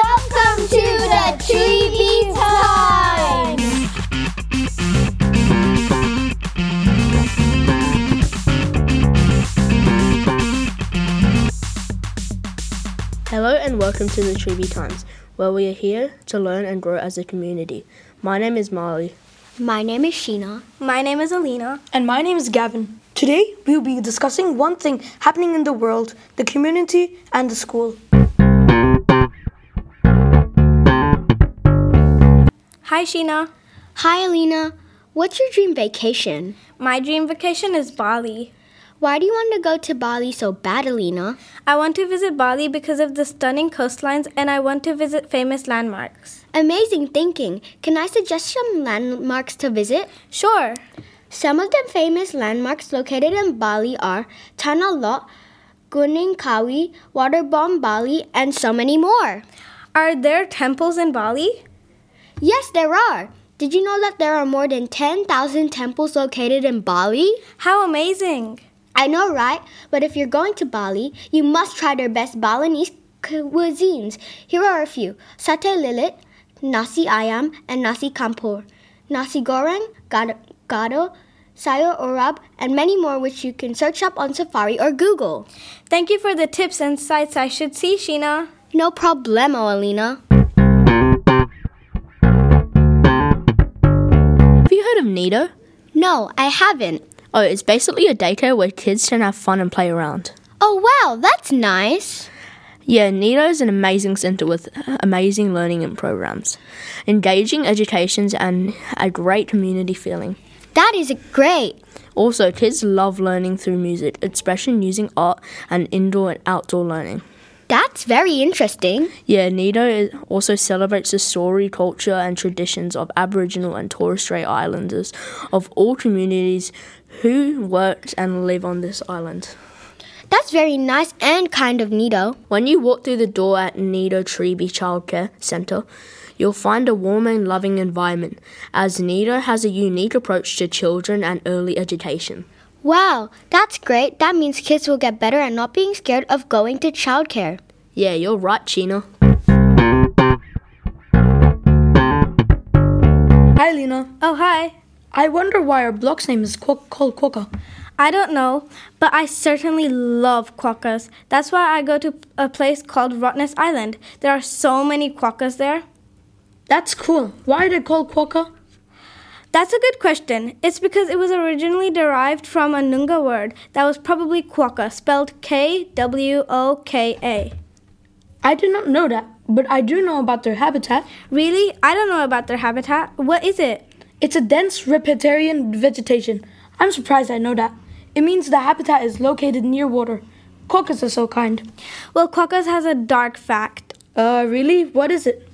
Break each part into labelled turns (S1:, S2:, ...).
S1: Welcome to the Chibi Time!
S2: Hello and welcome to the Treby Times, where we are here to learn and grow as a community. My name is Marley.
S1: My name is Sheena.
S3: My name is Alina.
S4: And my name is Gavin. Today we will be discussing one thing happening in the world, the community, and the school.
S3: Hi, Sheena.
S1: Hi, Alina. What's your dream vacation?
S3: My dream vacation is Bali.
S1: Why do you want to go to Bali so bad, Alina?
S3: I want to visit Bali because of the stunning coastlines and I want to visit famous landmarks.
S1: Amazing thinking. Can I suggest some landmarks to visit?
S3: Sure.
S1: Some of the famous landmarks located in Bali are Tanah Lot, Gunung Kawi, Waterbomb Bali, and so many more.
S3: Are there temples in Bali?
S1: Yes, there are. Did you know that there are more than 10,000 temples located in Bali?
S3: How amazing!
S1: I know, right? But if you're going to Bali, you must try their best Balinese cu- cuisines. Here are a few satay lilit, nasi ayam, and nasi kampur, nasi goreng, gado, gado sayur orab, and many more which you can search up on Safari or Google.
S3: Thank you for the tips and sites I should see, Sheena.
S1: No problemo, Alina.
S2: Have you heard of Nido?
S1: No, I haven't.
S2: Oh, it's basically a daycare where kids can have fun and play around.
S1: Oh, wow, that's nice.
S2: Yeah, Nido is an amazing center with amazing learning and programs, engaging educations, and a great community feeling.
S1: That is great.
S2: Also, kids love learning through music, expression using art, and indoor and outdoor learning.
S1: That's very interesting.
S2: Yeah, Nido is- also celebrates the story, culture, and traditions of Aboriginal and Torres Strait Islanders of all communities who work and live on this island.
S1: That's very nice and kind of neato.
S2: When you walk through the door at Nido Treby Childcare Centre, you'll find a warm and loving environment, as Nido has a unique approach to children and early education.
S1: Wow, that's great. That means kids will get better at not being scared of going to childcare.
S2: Yeah, you're right, Gina.
S4: Hi, Lena.
S3: Oh, hi.
S4: I wonder why our block's name is Qu- called Quokka.
S3: I don't know, but I certainly love quokkas. That's why I go to a place called Rottnest Island. There are so many quokkas there.
S4: That's cool. Why are they called Quokka?
S3: That's a good question. It's because it was originally derived from a Noongar word that was probably quokka, spelled K W O K A.
S4: I did not know that, but I do know about their habitat.
S3: Really? I don't know about their habitat. What is it?
S4: It's a dense riparian vegetation. I'm surprised I know that. It means the habitat is located near water. Quokkas are so kind.
S3: Well, quokkas has a dark fact.
S4: Uh, really? What is it?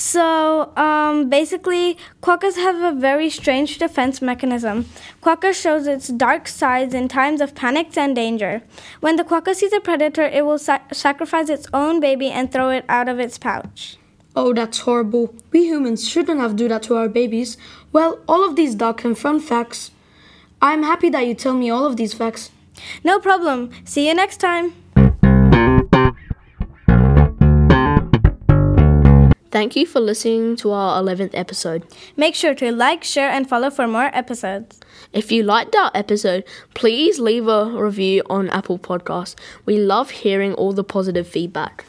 S3: So, um, basically, quokkas have a very strange defense mechanism. Quokka shows its dark sides in times of panic and danger. When the quokka sees a predator, it will sa- sacrifice its own baby and throw it out of its pouch.
S4: Oh, that's horrible. We humans shouldn't have do that to our babies. Well, all of these dark and fun facts. I'm happy that you tell me all of these facts.
S3: No problem. See you next time.
S2: Thank you for listening to our 11th episode.
S3: Make sure to like, share, and follow for more episodes.
S2: If you liked our episode, please leave a review on Apple Podcasts. We love hearing all the positive feedback.